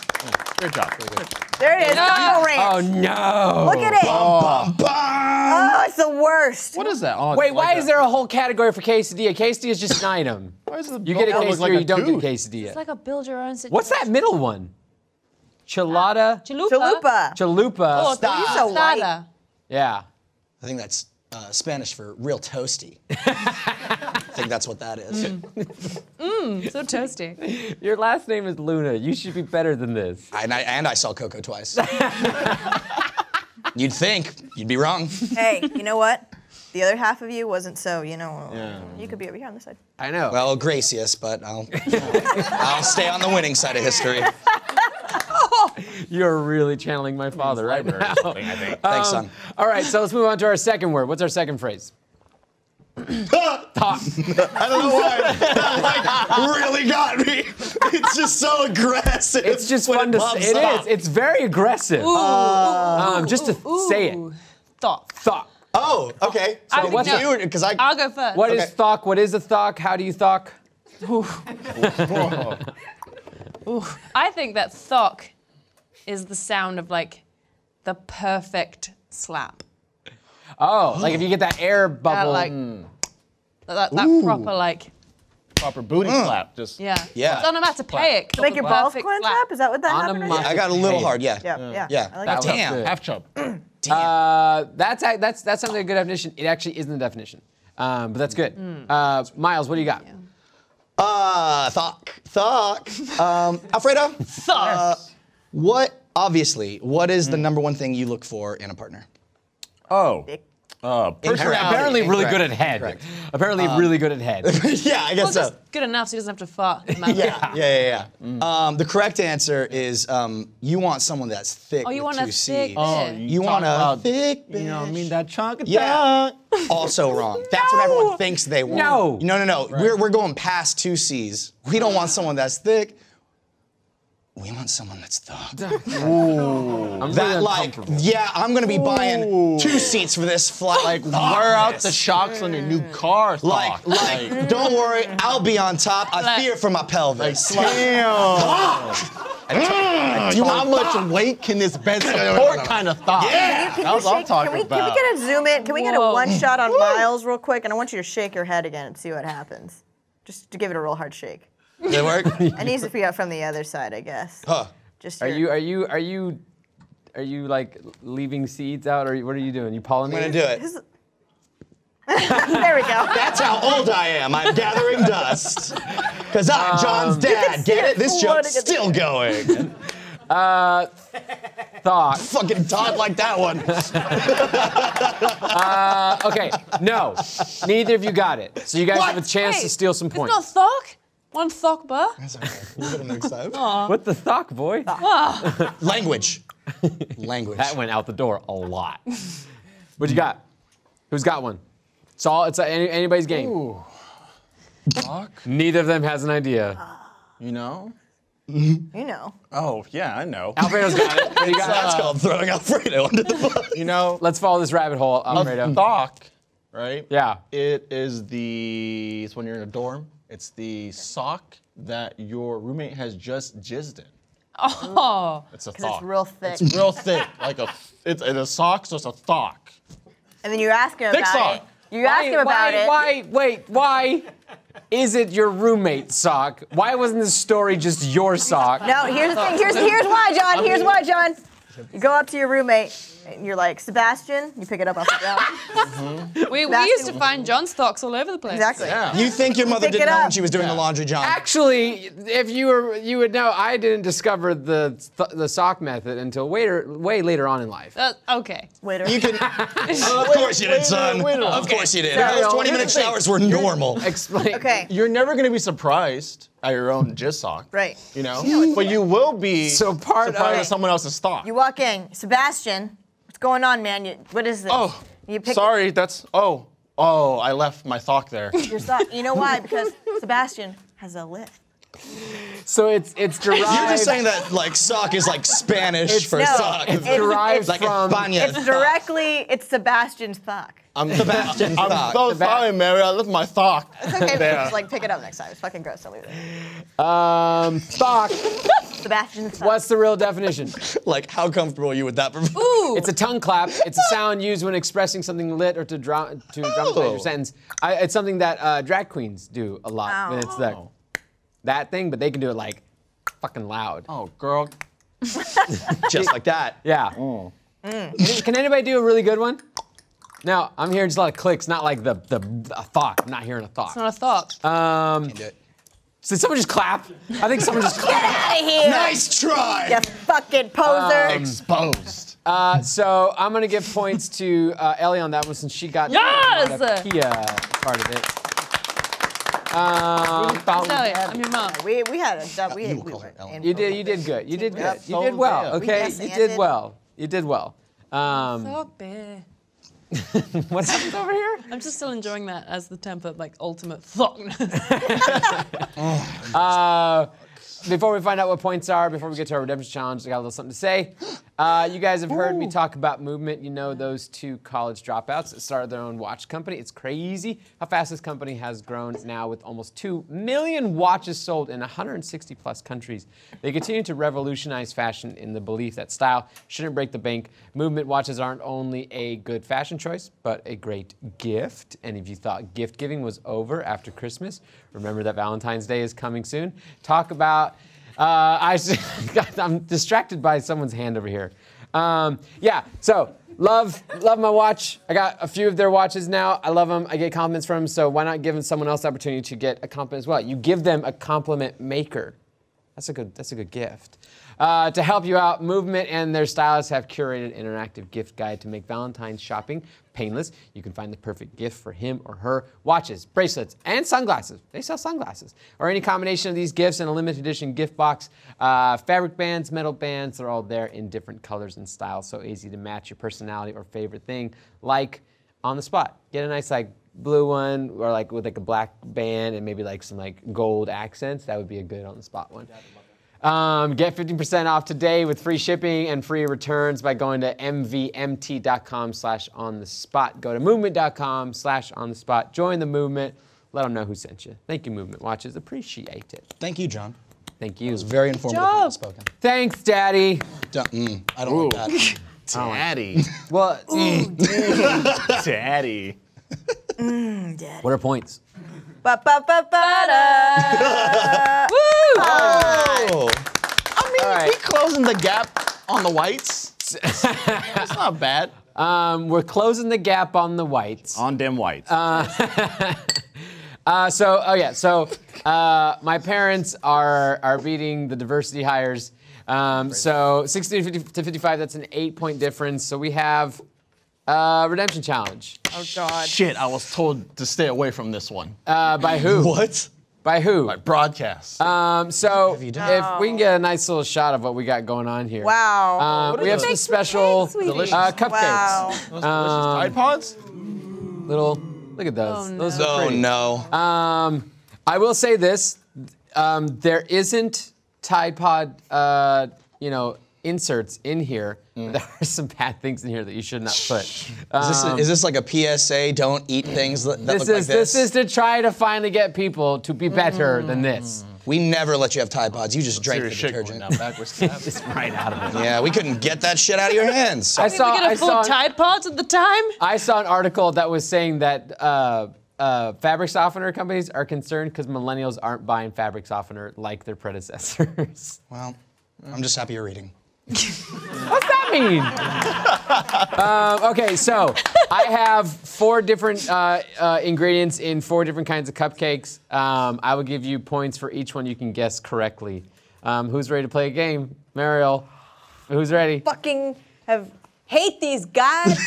S5: Good job. Really good.
S2: There it is, Taco Ranch.
S1: Oh no!
S2: Look at it. Oh.
S3: Bum, bum.
S2: it's the worst.
S5: What is that? Oh, it's
S1: Wait,
S5: like
S1: why is there a whole category for quesadilla? Quesadilla is just an item.
S5: Why does the
S1: You get a
S5: bumper
S1: quesadilla,
S5: look like
S1: or
S5: a
S1: you don't
S5: tooth?
S1: get a quesadilla.
S4: It's like a build your own situation.
S1: What's that middle one? Chilada,
S4: Chalupa.
S2: Chalupa.
S1: chalupa.
S4: Oh,
S3: Stop.
S4: it's
S2: So white.
S4: tostada.
S1: Yeah.
S3: I think that's uh, Spanish for real toasty. I think that's what that is.
S2: Mm.
S4: So toasty.
S1: Your last name is Luna. You should be better than this.
S3: And I and I saw Coco twice. you'd think you'd be wrong.
S2: hey, you know what? The other half of you wasn't so, you know. You could be over here on this side.
S1: I know.
S3: Well, gracious, but I'll I'll stay on the winning side of history.
S1: You're really channeling my father right
S5: library
S1: now.
S5: or something, I think.
S3: Thanks,
S2: Um,
S3: son.
S1: All right, so let's move on to our second word. What's our second phrase? Talk.
S3: I don't know why that like really got me. It's just so aggressive.
S1: It's just fun to say. It is. It's very aggressive.
S4: Ooh, ooh,
S1: um, just to
S4: ooh,
S1: say it.
S4: ooh. Thought.
S1: Thought.
S3: Oh, okay. So
S4: I
S1: what's-
S4: no.
S3: because I
S4: I'll go first.
S1: What is
S3: Okay.
S1: thok? What is a thok? How do you thok?
S5: Whoa.
S4: I think that thock is the sound of like the perfect slap.
S1: Oh, like if you get that air
S4: That
S1: bubble.
S4: like that, that proper like
S5: Proper booty
S3: Mm.
S5: slap. Just
S4: yeah.
S3: Yeah.
S4: It's onomatopoeic.
S2: Make your balls
S4: Perfect
S2: clench
S4: slap.
S2: up? Is that what that happened? right
S1: Onomatopoeia.
S3: I got a little hard. Yeah.
S2: there? Yeah, yeah.
S3: Yeah.
S2: I like
S1: That
S2: it.
S1: was
S3: Damn.
S1: good.
S5: half chub.
S3: Mm. Damn.
S1: Uh, that's ac- that's that sounds like a good definition. It actually isn't a definition, um, but that's good. Uh, Miles, what do you got?
S3: Uh, thok, thok. Um, Alfredo, Uh,
S4: Thought.
S3: what, obviously, what is the number one thing you look for in a partner?
S5: Oh. Uh,
S3: Incorrect.
S5: personality.
S1: Apparently, really good at
S3: Incorrect.
S1: head.
S3: Incorrect. Um,
S1: Apparently, really good at head.
S3: yeah, I
S4: well,
S3: guess so.
S4: just good enough so he doesn't have to fart. in the mouth.
S3: Yeah, yeah, yeah, yeah. Um, the correct answer is um, you want someone that's thick.
S4: Oh, you
S3: with
S4: want a
S3: two
S4: thick
S3: Cs.
S4: Oh,
S5: you
S3: you
S5: talk
S3: want a
S5: about-
S3: thick
S5: You know what I
S3: bitch.
S5: mean? That chunk of
S3: Yeah.
S5: thunk.
S3: also wrong. That's what everyone thinks they want.
S1: No.
S3: No, no, no. We're, we're going past two C's. We don't want someone that's thick. We want someone that's thug.
S1: I'm
S3: That
S1: really
S3: like,
S1: uncomfortable.
S3: yeah, I'm gonna be buying two seats for this flight.
S5: Like, wear out the shocks on your new car.
S3: Like,
S5: Thok.
S3: like, don't worry, I'll be on top. I
S4: Like-
S3: fear for my pelvis. Like,
S5: Damn.
S3: I
S5: Mm. You,
S3: told
S5: how
S3: Thok.
S5: much weight can this bed
S3: no,
S5: support
S3: no.
S5: kind of thought?
S3: Yeah.
S2: Can
S5: That
S2: you
S5: was what I'm
S2: shake- can
S5: talking
S2: we,
S5: about.
S2: Can we get a zoom in? Can we get a
S4: Whoa.
S2: one shot on Miles real quick? And I want you to shake your head again and see what happens. Just to give it a real hard shake.
S3: Did it work?
S2: It needs to be out from the other side, I guess.
S3: Huh.
S2: Just
S1: Are
S2: your-
S1: you are you are you are you like leaving seeds out, or what are you doing? You
S3: I'm gonna
S1: pollinating?
S3: do it.
S2: There we go.
S3: That's how old I am. I'm gathering dust. Cause
S2: Um,
S3: I'm John's dad. Get it? This
S2: flooding
S3: joke's
S2: at the
S3: still going.
S1: Thok.
S3: Fucking Todd like that one.
S1: Okay, no, neither of you got it. So you guys
S3: What?
S1: have a chance to
S4: Wait,
S1: steal some points.
S4: It's not thock. One thock bar.
S1: What the thok, boy?
S3: Language. Language.
S1: That went out the door a lot. what you got? Who's got one? It's all. It's uh, any, anybody's game. Neither of them has an idea.
S5: You know?
S2: You know.
S5: Oh, yeah, I know.
S1: Alfredo's got it. What do you got?
S3: That's called throwing Alfredo under the bus.
S5: uh, You know,
S1: Let's follow this rabbit hole, Alfredo.
S5: thok right?
S1: Yeah.
S5: It is the, it's when you're in a dorm, it's the sock that your roommate has just jizzed in.
S4: Oh,
S5: It's a
S2: Because
S5: thought.
S2: it's real thick.
S5: It's real thick, like a, it's, it's a sock, so it's a thock.
S2: and then you ask him
S5: Thick
S2: about
S5: sock.
S2: it. You ask him about
S1: why,
S2: it.
S1: Why? Wait. Why is it your roommate's sock? Why wasn't this story just your sock?
S2: No, here's the thing. Here's here's why, John. Here's why, John. You go up to your roommate and you're like, Sebastian. You pick it up off the ground.
S4: we, we
S2: That's-
S4: used to find John stocks all over the place.
S2: Exactly.
S3: You think your mother
S2: Pick
S3: didn't
S2: it
S3: know when
S2: up.
S3: she was doing the laundry, John?
S1: Actually, if you were, you would know. I didn't discover the th- the sock method until later, way later on in life.
S4: Uh, okay.
S2: Waiter.
S3: You can. of course you did, son. Of course you did. Those 20 minute showers were normal.
S1: Explain.
S2: okay.
S5: You're never gonna be surprised at your own jizz sock.
S2: Right.
S5: You know? but you will be
S1: So part of-
S5: surprised at someone else's sock.
S2: You walk in, Sebastian. What's going on, man? You, what is this?
S5: oh,
S2: You pick
S5: sorry, that's, oh, oh, I left my sock there.
S2: your sock. You know why? Because Sebastian has a lift.
S1: So it's it's derived.
S3: You're just saying that like sock is like Spanish for
S2: no,
S3: sock.
S2: it's
S1: derived
S3: like
S1: from.
S3: España.
S2: It's directly. It's Sebastian's sock.
S5: I'm,
S3: Sebastian
S5: I'm
S3: sock.
S5: so
S1: The back.
S5: sorry, Mary, I left my sock.
S2: It's okay.
S5: there.
S2: Just like pick it up next time. It's fucking gross. I'll leave it.
S1: Um, sock.
S2: Sebastian's sock.
S1: What's the real definition?
S3: like how comfortable are you with that?
S4: Ooh,
S1: It's a tongue clap. It's a sound used when expressing something lit or to dra- to dramatize your sentence. I, it's something that uh, drag queens do a lot.
S2: Wow.
S1: And it's like
S4: Oh.
S1: that thing, but they can do it like fucking loud.
S5: Oh, girl. Oh.
S3: Just like that.
S1: Yeah.
S4: Oh.
S1: Can, can anybody do a really good one? No, I'm hearing just a lot of clicks, not like the the a thought. I'm not hearing a thought.
S4: not a thought.
S1: Um, did someone just clap? I think someone just clapped.
S2: out of here?
S3: Nice try.
S2: You fucking poser.
S5: Um, Exposed.
S1: Uh, so I'm gonna give points to uh, Ellie on that one since she got
S4: Yes!
S1: the Kia part of it. Um, Fountain
S4: Tell you,
S1: Head.
S4: I'm your mom.
S2: we, we had a job. We,
S3: you
S2: we
S3: call her
S2: were
S3: Ellen.
S2: in
S1: You did. You did good. You did good.
S5: That's
S1: You did
S5: so
S1: well.
S5: fair.
S1: Okay.
S2: Yes,
S1: You did
S2: Andy.
S1: well. You did well. Um,
S4: Fuck, bear.
S1: what's happened over here?
S4: I'm just still enjoying that as the temper, like ultimate fuckness.
S1: Uh, before we find out what points are, before we get to our redemption challenge, I got a little something to say. Uh, you guys have heard me talk about movement. You know those two college dropouts that started their own watch company. It's crazy how fast this company has grown now with almost 2 million watches sold in 160 plus countries. They continue to revolutionize fashion in the belief that style shouldn't break the bank. Movement watches aren't only a good fashion choice, but a great gift. And if you thought gift giving was over after Christmas, remember that Valentine's Day is coming soon. Talk about. Uh, I, I'm distracted by someone's hand over here. Um, yeah, so love, love my watch. I got a few of their watches now. I love them. I get compliments from them. So why not give someone else the opportunity to get a compliment as well? You give them a compliment maker. That's a good. That's a good gift. Uh, to help you out, Movement and their stylists have curated an interactive gift guide to make Valentine's shopping painless. You can find the perfect gift for him or her. Watches, bracelets, and sunglasses. They sell sunglasses. Or any combination of these gifts in a limited edition gift box. Uh, fabric bands, metal bands, they're all there in different colors and styles. So easy to match your personality or favorite thing. Like on the spot. Get a nice like blue one or like with like a black band and maybe like some like gold accents. That would be a good on the spot one. Um, get 15% off today with free shipping and free returns by going to mvmt.com slash on the spot. Go to movement.com slash on the spot. Join the movement. Let them know who sent you. Thank you, Movement Watches. Appreciate it.
S3: Thank you, John.
S1: Thank you.
S3: Very informative.
S4: job.
S3: and Spoken.
S1: Thanks, Daddy.
S3: Don't- mm, I don't like that.
S5: Daddy.
S1: Well,
S5: Daddy.
S1: what are points?
S2: Ba, ba, ba, ba, da.
S3: Oh.
S5: I mean,
S1: All right.
S5: we closing the gap on the whites. That's not bad.
S1: Um, we're closing the gap on the whites.
S5: On dim whites.
S1: Uh, so, oh yeah, so uh, my parents are are beating the diversity hires. Um, so 60 to 50 to 55, that's an eight point difference. So we have uh, redemption challenge.
S4: oh God.
S5: Shit, I was told to stay away from this one.
S1: Uh, by who?
S3: What?
S1: By who?
S5: Broadcast.
S1: Um, so
S3: you
S1: if
S3: done?
S1: we can get a nice little shot of what we got going on here.
S2: Wow.
S1: Uh, we have some special
S4: cakes, sweetie?
S1: uh, cupcakes.
S2: wow.
S5: Those delicious Tide Pods?
S1: Little, look at those.
S4: Oh,
S1: Those
S4: no.
S1: are
S3: Oh
S1: pretty.
S3: no.
S1: Um, I will say this: um, there isn't Tide Pod, uh, you know, inserts in here.
S3: Mm.
S1: There are some bad things in here that you should not put.
S3: Is this, is this like a PSA? Don't eat things that, that
S1: This
S3: look like
S1: is
S3: this.
S1: this
S3: Mm.
S1: is to try to finally get people to be better than this.
S3: we never let you have Tide Pods. You just drank the
S5: Serious shit going
S3: detergent.
S5: down backwards. That's
S1: Just right out of it.
S3: Yeah, we couldn't get that shit out of your hands.
S1: I
S4: we
S1: saw,
S4: could
S1: I,
S4: afford
S1: saw,
S4: Tide Pods at the time.
S1: I saw an article that was saying that uh, uh, fabric softener companies are concerned because millennials aren't buying fabric softener like their predecessors.
S3: well, I'm just happy you're reading.
S1: What's that mean? um, okay, so I have four different uh, uh, ingredients in four different kinds of cupcakes. Um, I will give you points for each one you can guess correctly. Um, who's ready to play a game? Mariel, who's ready?
S2: Fucking have hate these guys.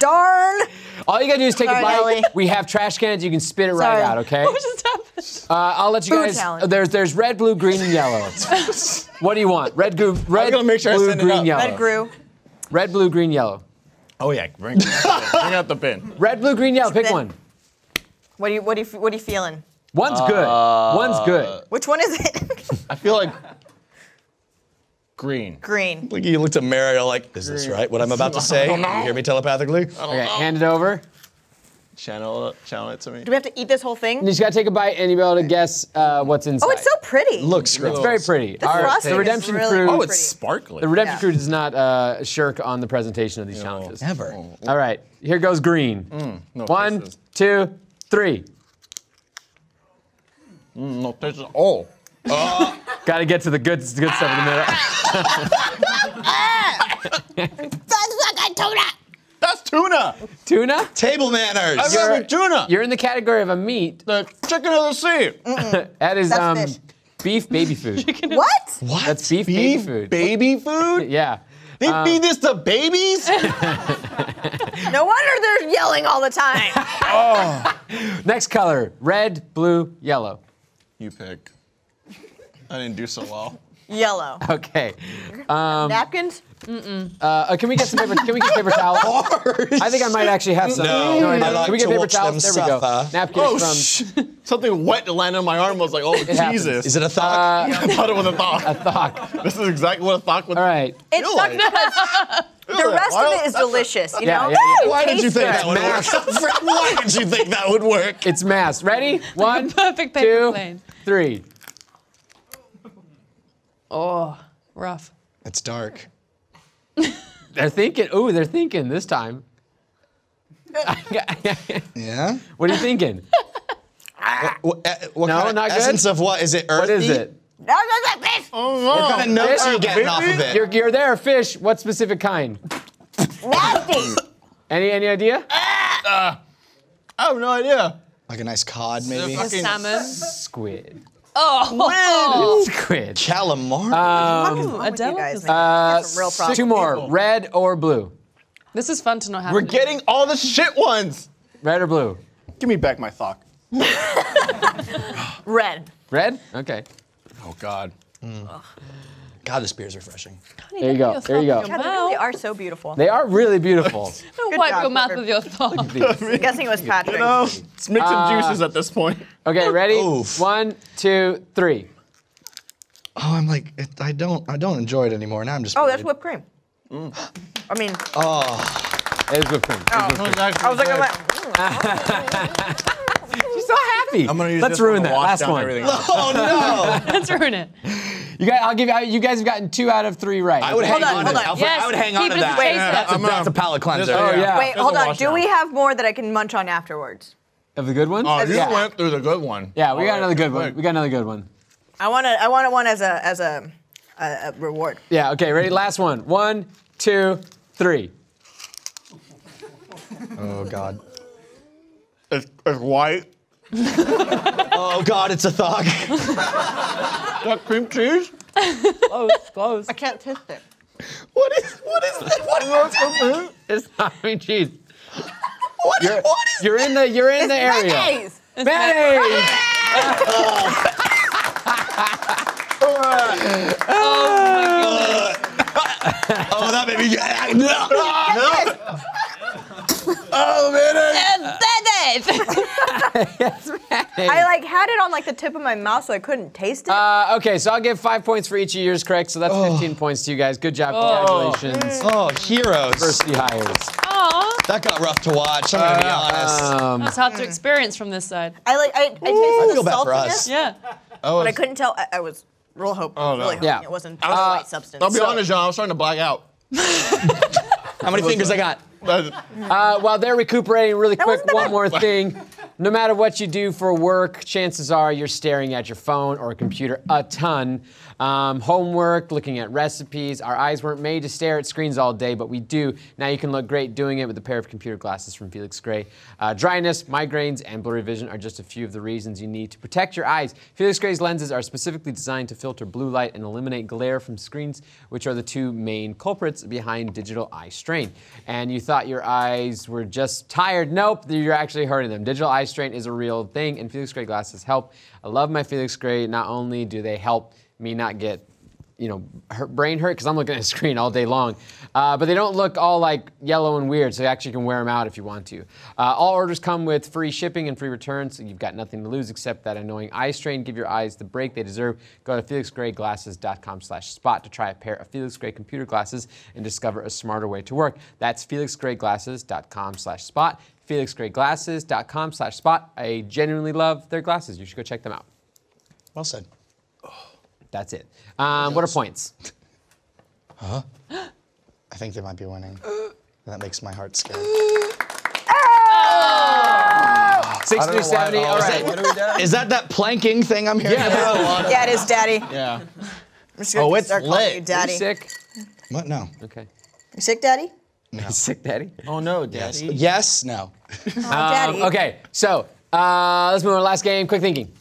S2: Darn.
S1: All you gotta do is take
S2: Sorry,
S1: a bite.
S2: Ellie.
S1: We have trash cans. You can spit it right
S2: Sorry.
S1: out. Okay.
S4: What just happened?
S1: Uh, I'll let you
S2: Food
S1: guys.
S2: challenge.
S1: There's there's red, blue, green, and yellow. what do you want? Red, goo, red,
S5: gonna make sure I
S1: blue,
S5: send it
S1: green,
S5: up.
S1: yellow.
S2: Red grew.
S1: Red, blue, green, yellow.
S5: oh yeah, bring, bring out the bin.
S1: Red, blue, green, yellow. Pick
S2: Spit.
S1: one.
S2: What do you what do you what are you feeling?
S1: One's good.
S5: Uh,
S1: One's good.
S2: Which one is it?
S5: I feel like green.
S2: Green.
S3: Look, you looked at Mario like, is this right? What I'm about to say? You hear me telepathically?
S1: Okay, hand it over.
S5: Channel, channel it to me.
S2: Do we have to eat this whole
S1: You
S2: thing?
S1: just gotta take a bite and you'll be able to guess uh, what's inside.
S2: Oh, it's so pretty.
S3: Looks great.
S1: It's very pretty.
S2: This frosting
S1: the
S2: is
S1: Redemption
S2: really
S1: Crew.
S5: Oh,
S2: pretty.
S5: it's sparkling.
S1: the Redemption
S2: Yeah.
S1: Crew does not uh, shirk on the presentation of these challenges.
S3: Never.
S1: All right, here goes green.
S3: Mm.
S1: One,
S5: kisses.
S1: two, three.
S5: no Oh, taste at
S3: Oh.
S5: all.
S1: Gotta get to the good, good stuff in the middle.
S2: Ah!
S5: That's tuna.
S1: Tuna?
S3: Table manners.
S5: I've having tuna.
S1: You're in the category of a meat.
S5: the chicken of the sea.
S1: That is
S2: That's
S1: um,
S2: fish.
S1: beef baby food.
S2: What?
S3: what?
S1: That's beef, baby
S5: Beef
S1: food.
S5: baby food.
S1: yeah.
S5: They feed this to babies.
S2: No wonder they're yelling all the time.
S1: Next color red, blue, yellow.
S5: you pick. I didn't do so well.
S2: Yellow.
S1: Okay. Um,
S2: Napkins?
S1: Uh, uh, can we get some paper? Can we get paper towels? I think I might actually have some.
S3: No, I
S1: don't.
S3: like
S1: can we get
S3: to
S1: paper
S3: watch
S1: towels?
S3: them
S1: there we go.
S3: suffer.
S1: Napkins
S5: Oh,
S1: from
S5: sh- something wet landed on my arm. I was like, oh
S1: happens.
S5: Jesus!
S3: Is it a
S1: Uh,
S3: thought?
S5: I thought it was a thought.
S1: Thok.
S5: This is exactly what a thought would.
S1: All right.
S2: It's
S5: Feel
S2: not
S5: like-
S2: because the rest of it is delicious, you
S1: Yeah,
S2: know?
S1: yeah, yeah.
S2: It
S3: Why did you
S2: tastes
S3: think
S2: good.
S3: that would work? Fred, Why did you think that would work?
S1: It's mass. Ready? One,
S4: perfect paper
S1: two,
S4: plane.
S1: three.
S4: Oh, rough.
S3: It's dark.
S1: They're thinking. Ooh, they're thinking this time.
S3: Yeah?
S1: What are you thinking?
S3: What, eh, what
S1: No,
S3: kind of
S1: not good?
S3: essence of what? Is it earthy?
S1: What is it? Oh,
S2: No, no, no, this.
S1: Um,
S3: What
S5: Oh,
S3: kind of notes are you getting off of it?
S1: You're, you're there, fish. What specific kind? um,
S2: Nasty.
S1: Any any idea?
S5: I have no idea.
S3: like a nice cod, maybe?
S5: fucking- Fucking
S4: Salmon.
S1: Squid.
S4: Oh,
S1: Squid.
S3: Calamari.
S4: Ooh, a delicacy.
S2: That's a real problem.
S1: Uh, Two more. Red or blue?
S4: this is fun to not have.
S5: We're getting all the shit ones.
S1: Red or blue?
S5: Give me back my thought.
S2: Red.
S1: Red? Okay.
S5: Oh God.
S3: God, this beer's refreshing.
S1: There you go. There you go.
S4: Your
S2: God, they really
S4: mouth.
S2: are so beautiful.
S1: They are really beautiful.
S4: Don't
S2: Good
S4: wipe
S2: job,
S4: your mouth
S2: Robert.
S4: with your thumb.
S2: I'm guessing it was Patrick.
S5: No, it's mixing juices at this point.
S1: Okay, ready?
S3: Oof.
S1: One, two, three.
S3: Oh, I'm like, it, I don't, I don't enjoy it anymore. Now I'm just.
S2: Oh, that's
S3: worried.
S2: whipped cream.
S1: Mm.
S2: I mean,
S1: Oh, It is whipped cream. It is whipped cream.
S2: I was like, I'm like, mm,
S1: She's so happy.
S5: I'm gonna use
S1: Let's
S5: this
S1: ruin
S5: one to
S1: that.
S5: wash
S1: Last
S5: down
S1: one.
S5: everything.
S3: Oh no!
S4: Let's ruin it.
S1: You guys, I'll give you. You guys have gotten two out of three right.
S3: I would
S2: Hold
S3: hang
S2: on,
S3: on,
S2: hold
S3: to
S2: on.
S3: that. Alfred,
S4: Yes,
S3: I would hang on
S4: keep
S3: to
S4: it
S3: that.
S4: to taste it.
S3: That's, a,
S5: I'm
S3: that's
S5: a-
S3: a palate cleanser.
S5: Oh,
S1: yeah.
S2: wait,
S5: Doesn't
S2: hold on.
S5: wash
S2: Do
S5: down.
S2: we have more that I can munch on afterwards?
S1: of the good ones.
S5: Oh, you
S1: yeah.
S5: went through the good one.
S1: Yeah, we got
S5: All
S1: another good one.
S5: quick.
S1: We got another good one.
S2: I want to. I want one as a as a, a, a reward.
S1: Yeah. Okay. Ready? Last one. One, two, three.
S3: Oh god.
S5: It's, it's white.
S3: Oh god, it's a thug.
S5: That cream cheese.
S1: Close. Close.
S2: I can't taste it.
S3: what is? What is that? What is that?
S1: It's not I mean, cheese.
S3: What, is- what is?
S1: You're in the. You're in the area.
S2: Mayonnaise.
S1: Mayonnaise.
S3: Oh, that made me. No. no. oh man.
S4: And then it.
S2: I like had it on like the tip of my mouth so I couldn't taste it.
S1: Uh, okay, so I'll give five points for each of yours correct. So that's 15 points to you guys. Good job. Congratulations.
S3: Oh, heroes.
S1: University hires.
S4: Aw,
S3: That got rough to watch. I'm gonna be honest.
S1: Um,
S4: that's hard to experience from this side.
S2: I like I, I tasted
S3: I
S2: the
S3: feel bad for
S2: saltiness,
S3: us.
S4: Yeah.
S5: Oh,
S2: but I couldn't tell. I, I was real hoping,
S5: Oh, no.
S2: really hoping
S1: Yeah.
S2: it wasn't the right substance.
S5: I'll be
S2: So-
S5: honest, John. I was starting to black out.
S3: How many fingers I got?
S5: But
S1: Uh, while they're recuperating, really quick,
S2: wasn't that
S1: one
S2: bad.
S1: more thing. No matter what you do for work, chances are you're staring at your phone or a computer a ton. Um, homework, looking at recipes. Our eyes weren't made to stare at screens all day, but we do. Now you can look great doing it with a pair of computer glasses from Felix Gray. Uh, dryness, migraines, and blurry vision are just a few of the reasons you need to protect your eyes. Felix Gray's lenses are specifically designed to filter blue light and eliminate glare from screens, which are the two main culprits behind digital eye strain. And you thought your eyes were just tired. Nope, you're actually hurting them. Digital eye strain is a real thing, and Felix Gray glasses help. I love my Felix Gray. Not only do they help me not get you know, hurt, brain hurt because I'm looking at a screen all day long. Uh, but they don't look all like yellow and weird, so you actually can wear them out if you want to. Uh, all orders come with free shipping and free returns, so you've got nothing to lose except that annoying eye strain. Give your eyes the break they deserve. Go to felixgrayglasses.com slash spot to try a pair of Felix Gray computer glasses and discover a smarter way to work. That's felixgrayglasses.com slash spot. felixgrayglasses.com slash spot. I genuinely love their glasses. You should go check them out.
S3: Well said.
S1: That's it. Um, what are points?
S3: I think they might be winning. That makes my heart scared.
S1: 60, 70, all right.
S3: Is that that planking thing I'm hearing? Yeah.
S2: Yeah, it is, Daddy.
S5: yeah.
S2: I'm just gonna
S5: Oh, it's
S2: start calling
S5: lit.
S2: you
S1: Are
S2: Daddy.
S1: you
S2: You sick?
S1: sick?
S3: What? No.
S1: Okay.
S2: Daddy?
S1: Sick daddy.
S5: Oh no, Daddy.
S3: Yes. No.
S2: Oh, Daddy.
S1: okay, so uh, let's move on to the last game. Quick thinking.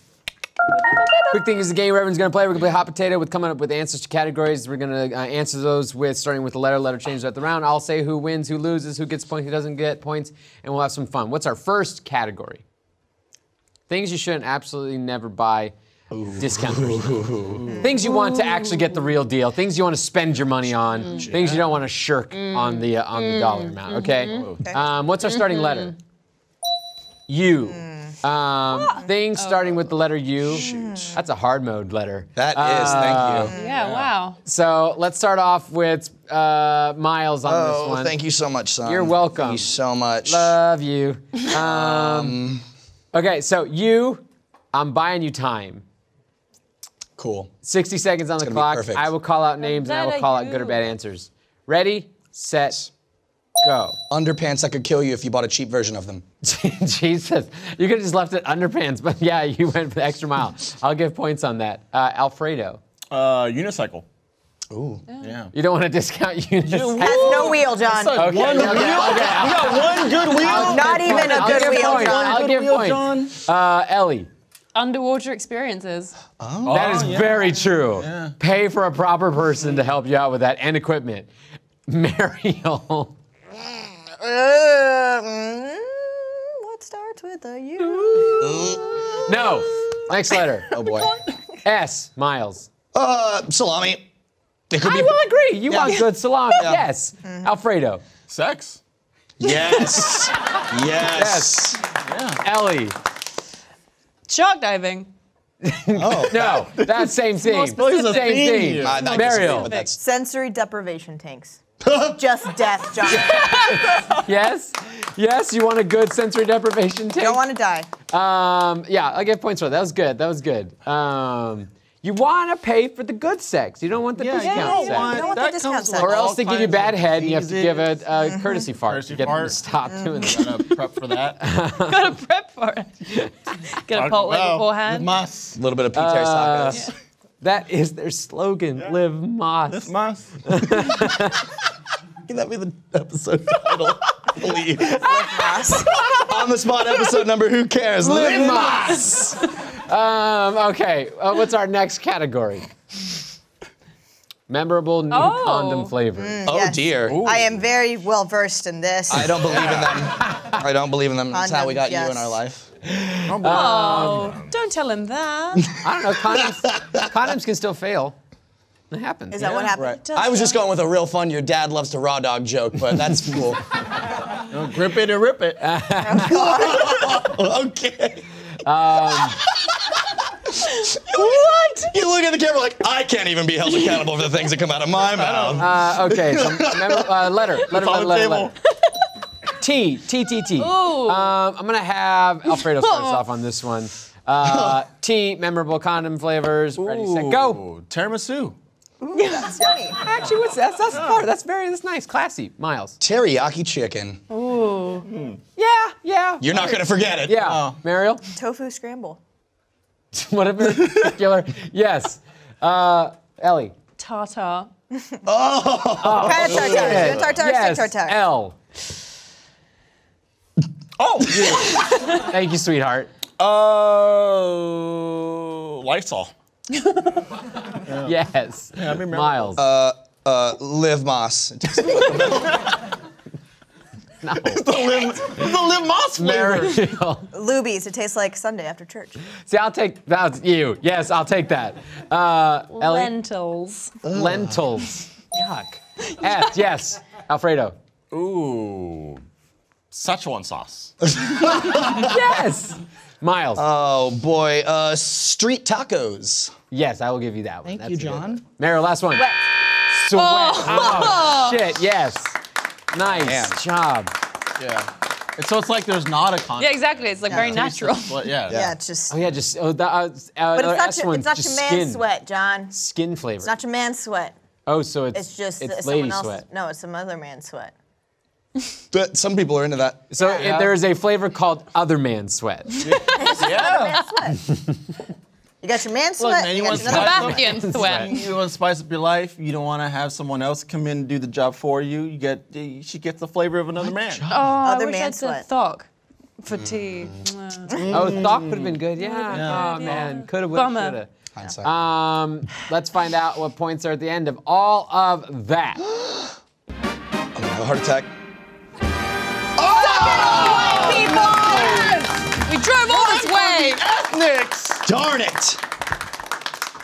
S1: Quick thinking is the game everyone's gonna play. We're gonna play hot potato with coming up with answers to categories. We're gonna uh, answer those with starting with the letter, letter change throughout the round. I'll say who wins, who loses, who gets points, who doesn't get points, and we'll have some fun. What's our first category? Things you shouldn't absolutely never buy. Discount. Things you want to actually get the real deal. Things you want to spend your money on.
S3: Mm.
S1: Things you don't want to shirk on the uh, on the dollar amount. Okay.
S3: Mm-hmm.
S1: Um, what's our starting letter? U.
S3: Mm. Ah.
S1: Um, things starting with the letter U. That's a hard mode letter.
S3: That is.
S1: Ah.
S3: Thank you.
S4: Yeah, wow.
S1: So let's start off with uh, Miles on this
S3: Oh,
S1: one.
S3: thank you so much, son.
S1: You're welcome.
S3: Thank you so much.
S1: Love you. Um, okay, so you, I'm buying you time.
S3: cool.
S1: 60 seconds on the
S3: gonna be
S1: clock.
S3: perfect.
S1: I will call out names and I will
S4: Letter
S1: call out good or
S4: U.
S1: bad answers. Ready, set, go.
S3: Underpants that could kill you if you bought a cheap version of them.
S1: Jesus. You could have just left it underpants, but yeah, you went the extra mile. I'll give points on that. Uh, Alfredo.
S5: Uh, unicycle.
S3: Ooh.
S5: Yeah.
S1: You don't want to discount units.
S2: Has no wheel, John.
S5: It's like
S1: Okay,
S5: one
S1: yeah,
S5: wheel.
S1: yeah, okay.
S5: We got one good wheel.
S2: Not even a
S1: I'll
S2: good
S1: give
S2: wheel,
S1: points.
S2: John.
S1: I'll give
S5: Wheel,
S1: points.
S5: John.
S1: Uh, Ellie.
S4: Underwater experiences.
S1: That is
S5: yeah.
S1: very true. Pay for a proper person to help you out with that and equipment. Mariel.
S2: Uh, mm, what starts with a U?
S1: No. Next letter.
S3: Oh boy.
S1: S. Miles.
S3: Uh, salami. It could
S1: I will agree. You
S3: Yeah.
S1: want good salami.
S3: Yeah.
S1: Yes. Alfredo.
S5: Sex.
S3: Yes. yes.
S1: Ellie.
S4: Shark diving.
S1: No. That's same thing.
S4: more
S1: Same
S4: specific.
S1: thing.
S5: here.
S3: I- I disagree,
S1: Mariel.
S3: but that's-
S2: Sensory deprivation tanks. Just death, John.
S1: Yes. Yes. You want a good sensory deprivation tank?
S2: Don't want to die.
S1: Um, yeah, I'll give points for that. That was good. That was good. Um, you want to pay for the good sex. You don't want the discount
S2: don't
S1: sex.
S2: want- don't that discount sex.
S1: Or
S2: all
S1: else they give you bad head and you have to give a, a courtesy fart
S5: Courtesy
S1: to get them to
S5: fart.
S1: stop doing that.
S5: Gotta prep for that.
S4: Gotta prep for it. Get a Chipotle
S5: Well,
S4: beforehand.
S5: Must.
S3: A little bit of Peter
S1: Uh,
S3: tacos.
S1: That is their slogan, live moss.
S5: Must.
S3: Can that be the episode title? Please. On the spot episode number. Who cares? Live
S1: moss. um, okay, uh, what's our next category? Memorable new
S4: Oh.
S1: condom flavor.
S5: Mm.
S3: Oh
S2: Yes.
S3: dear.
S2: I am very well versed in this.
S3: I don't believe in them. I don't believe in them. That's how we got you
S2: Condoms,
S3: in our
S2: yes.
S3: life.
S4: oh, don't tell him that.
S1: I don't know. Condoms, condoms can still fail. It happens.
S2: Is that what happened?
S3: I was just going with a real fun. Your dad loves to raw dog joke, but that's cool.
S5: Grip it and rip it.
S3: okay.
S1: Um,
S3: what? You look at the camera like, I can't even be held accountable for the things that come out of my mouth.
S1: Uh, okay, so memo, uh, letter, letter, letter,
S5: on the
S1: letter,
S5: table.
S1: letter. T, T, T, T. Um, I'm gonna have Alfredo start us off on this one. Uh, T, memorable condom flavors. Ready, set, go.
S5: Ooh, Tiramisu.
S2: That's yummy.
S1: Actually, what's that? That's smart. That's very, that's nice, classy. Miles.
S3: Teriyaki chicken.
S1: Yeah, yeah.
S3: You're not gonna forget it.
S1: yeah.
S5: Oh.
S1: Mariel,
S2: Tofu scramble.
S1: what a particular. yes. Uh, Ellie.
S4: Tartar.
S2: kind of tartar.
S1: Oh. yes.
S2: Good tartar, stick tartar.
S1: L.
S5: Oh,
S1: Thank you, sweetheart.
S5: uh, Lysol.
S1: Yes.
S5: remember.
S1: Miles.
S3: Uh, Liv Moss.
S5: The lim, the lim moss flavor.
S1: Mariel.
S2: Lubies. It tastes like Sunday after church.
S1: See, I'll take that's you. Yes, I'll take that. Uh, Ellie,
S4: Lentils.
S1: lentils. Yuck. F. Yes. Alfredo.
S5: Ooh, Szechuan sauce.
S1: Yes. Miles.
S3: Oh boy. Uh, street tacos.
S1: yes, I will give you that one.
S7: Thank
S1: That's
S7: you,
S1: a good one.
S7: John.
S1: Meryl, last one. Sweat. Oh. shit. Yes. Nice
S3: Man.
S1: job.
S5: Yeah. And so it's like there's not a con.
S4: Yeah, exactly. It's like very
S5: taste
S4: natural.
S5: of- but yeah.
S2: Yeah, it's just.
S1: Oh yeah, just oh, that, uh,
S2: but
S1: another
S2: it's
S1: S
S2: not, your,
S1: one,
S2: it's not
S1: just
S2: your man's
S1: skin.
S2: sweat, John. It's
S1: Skin flavor.
S2: not your man's sweat.
S1: oh, so it's
S2: It's just
S1: it's
S2: someone
S1: lady
S2: else's.
S1: sweat.
S2: No, it's some other man's sweat.
S3: But some people are into that.
S1: So it, there is a flavor called other man sweat.
S5: yeah.
S2: Man's sweat. you got your man's
S5: Look,
S2: sweat.
S5: man,
S2: you
S5: you
S2: got
S5: want
S2: your
S5: some
S2: other-
S5: back-
S4: Sebastian sweat.
S5: You want to spice up your life. You don't want to have someone else come in and do the job for you. You get you should get the flavor of another man.
S4: Oh, I
S2: Other
S4: wish
S2: man
S4: I'd said
S2: sweat.
S4: thock for tea. Mm.
S1: oh, thought would have been good. Yeah. Oh man, could have, would have,
S4: Bummer.
S1: should have.
S3: Hindsight.
S1: Um, let's find out what points are at the end of all of that.
S3: I'm gonna have a heart attack.
S4: We drove all this way.
S5: Ethnics.
S3: Darn it!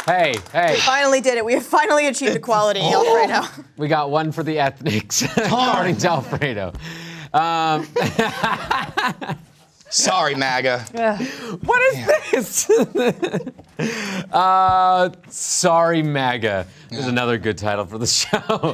S1: Hey, hey,
S2: Finally did it. We have finally achieved equality, Alfredo.
S1: we got one for the ethnics, according to Alfredo. Um,
S3: Sorry, MAGA.
S1: what is this? uh, sorry, MAGA. There's another good title for the show.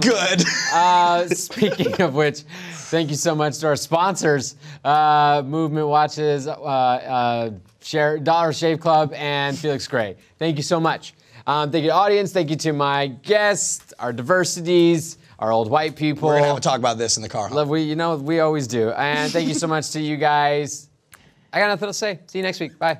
S3: Good.
S1: Uh, speaking of which, thank you so much to our sponsors, uh, Movement Watches, uh, uh, Share, Dollar Shave Club, and Felix Gray. Thank you so much. Um, thank you to the audience. Thank you to my guests, our diversities, our old white people.
S3: We're gonna have a talk about this in the car. huh?
S1: Love we, you know, we always do. And thank you so much to you guys. I got nothing to say. See you next week. Bye.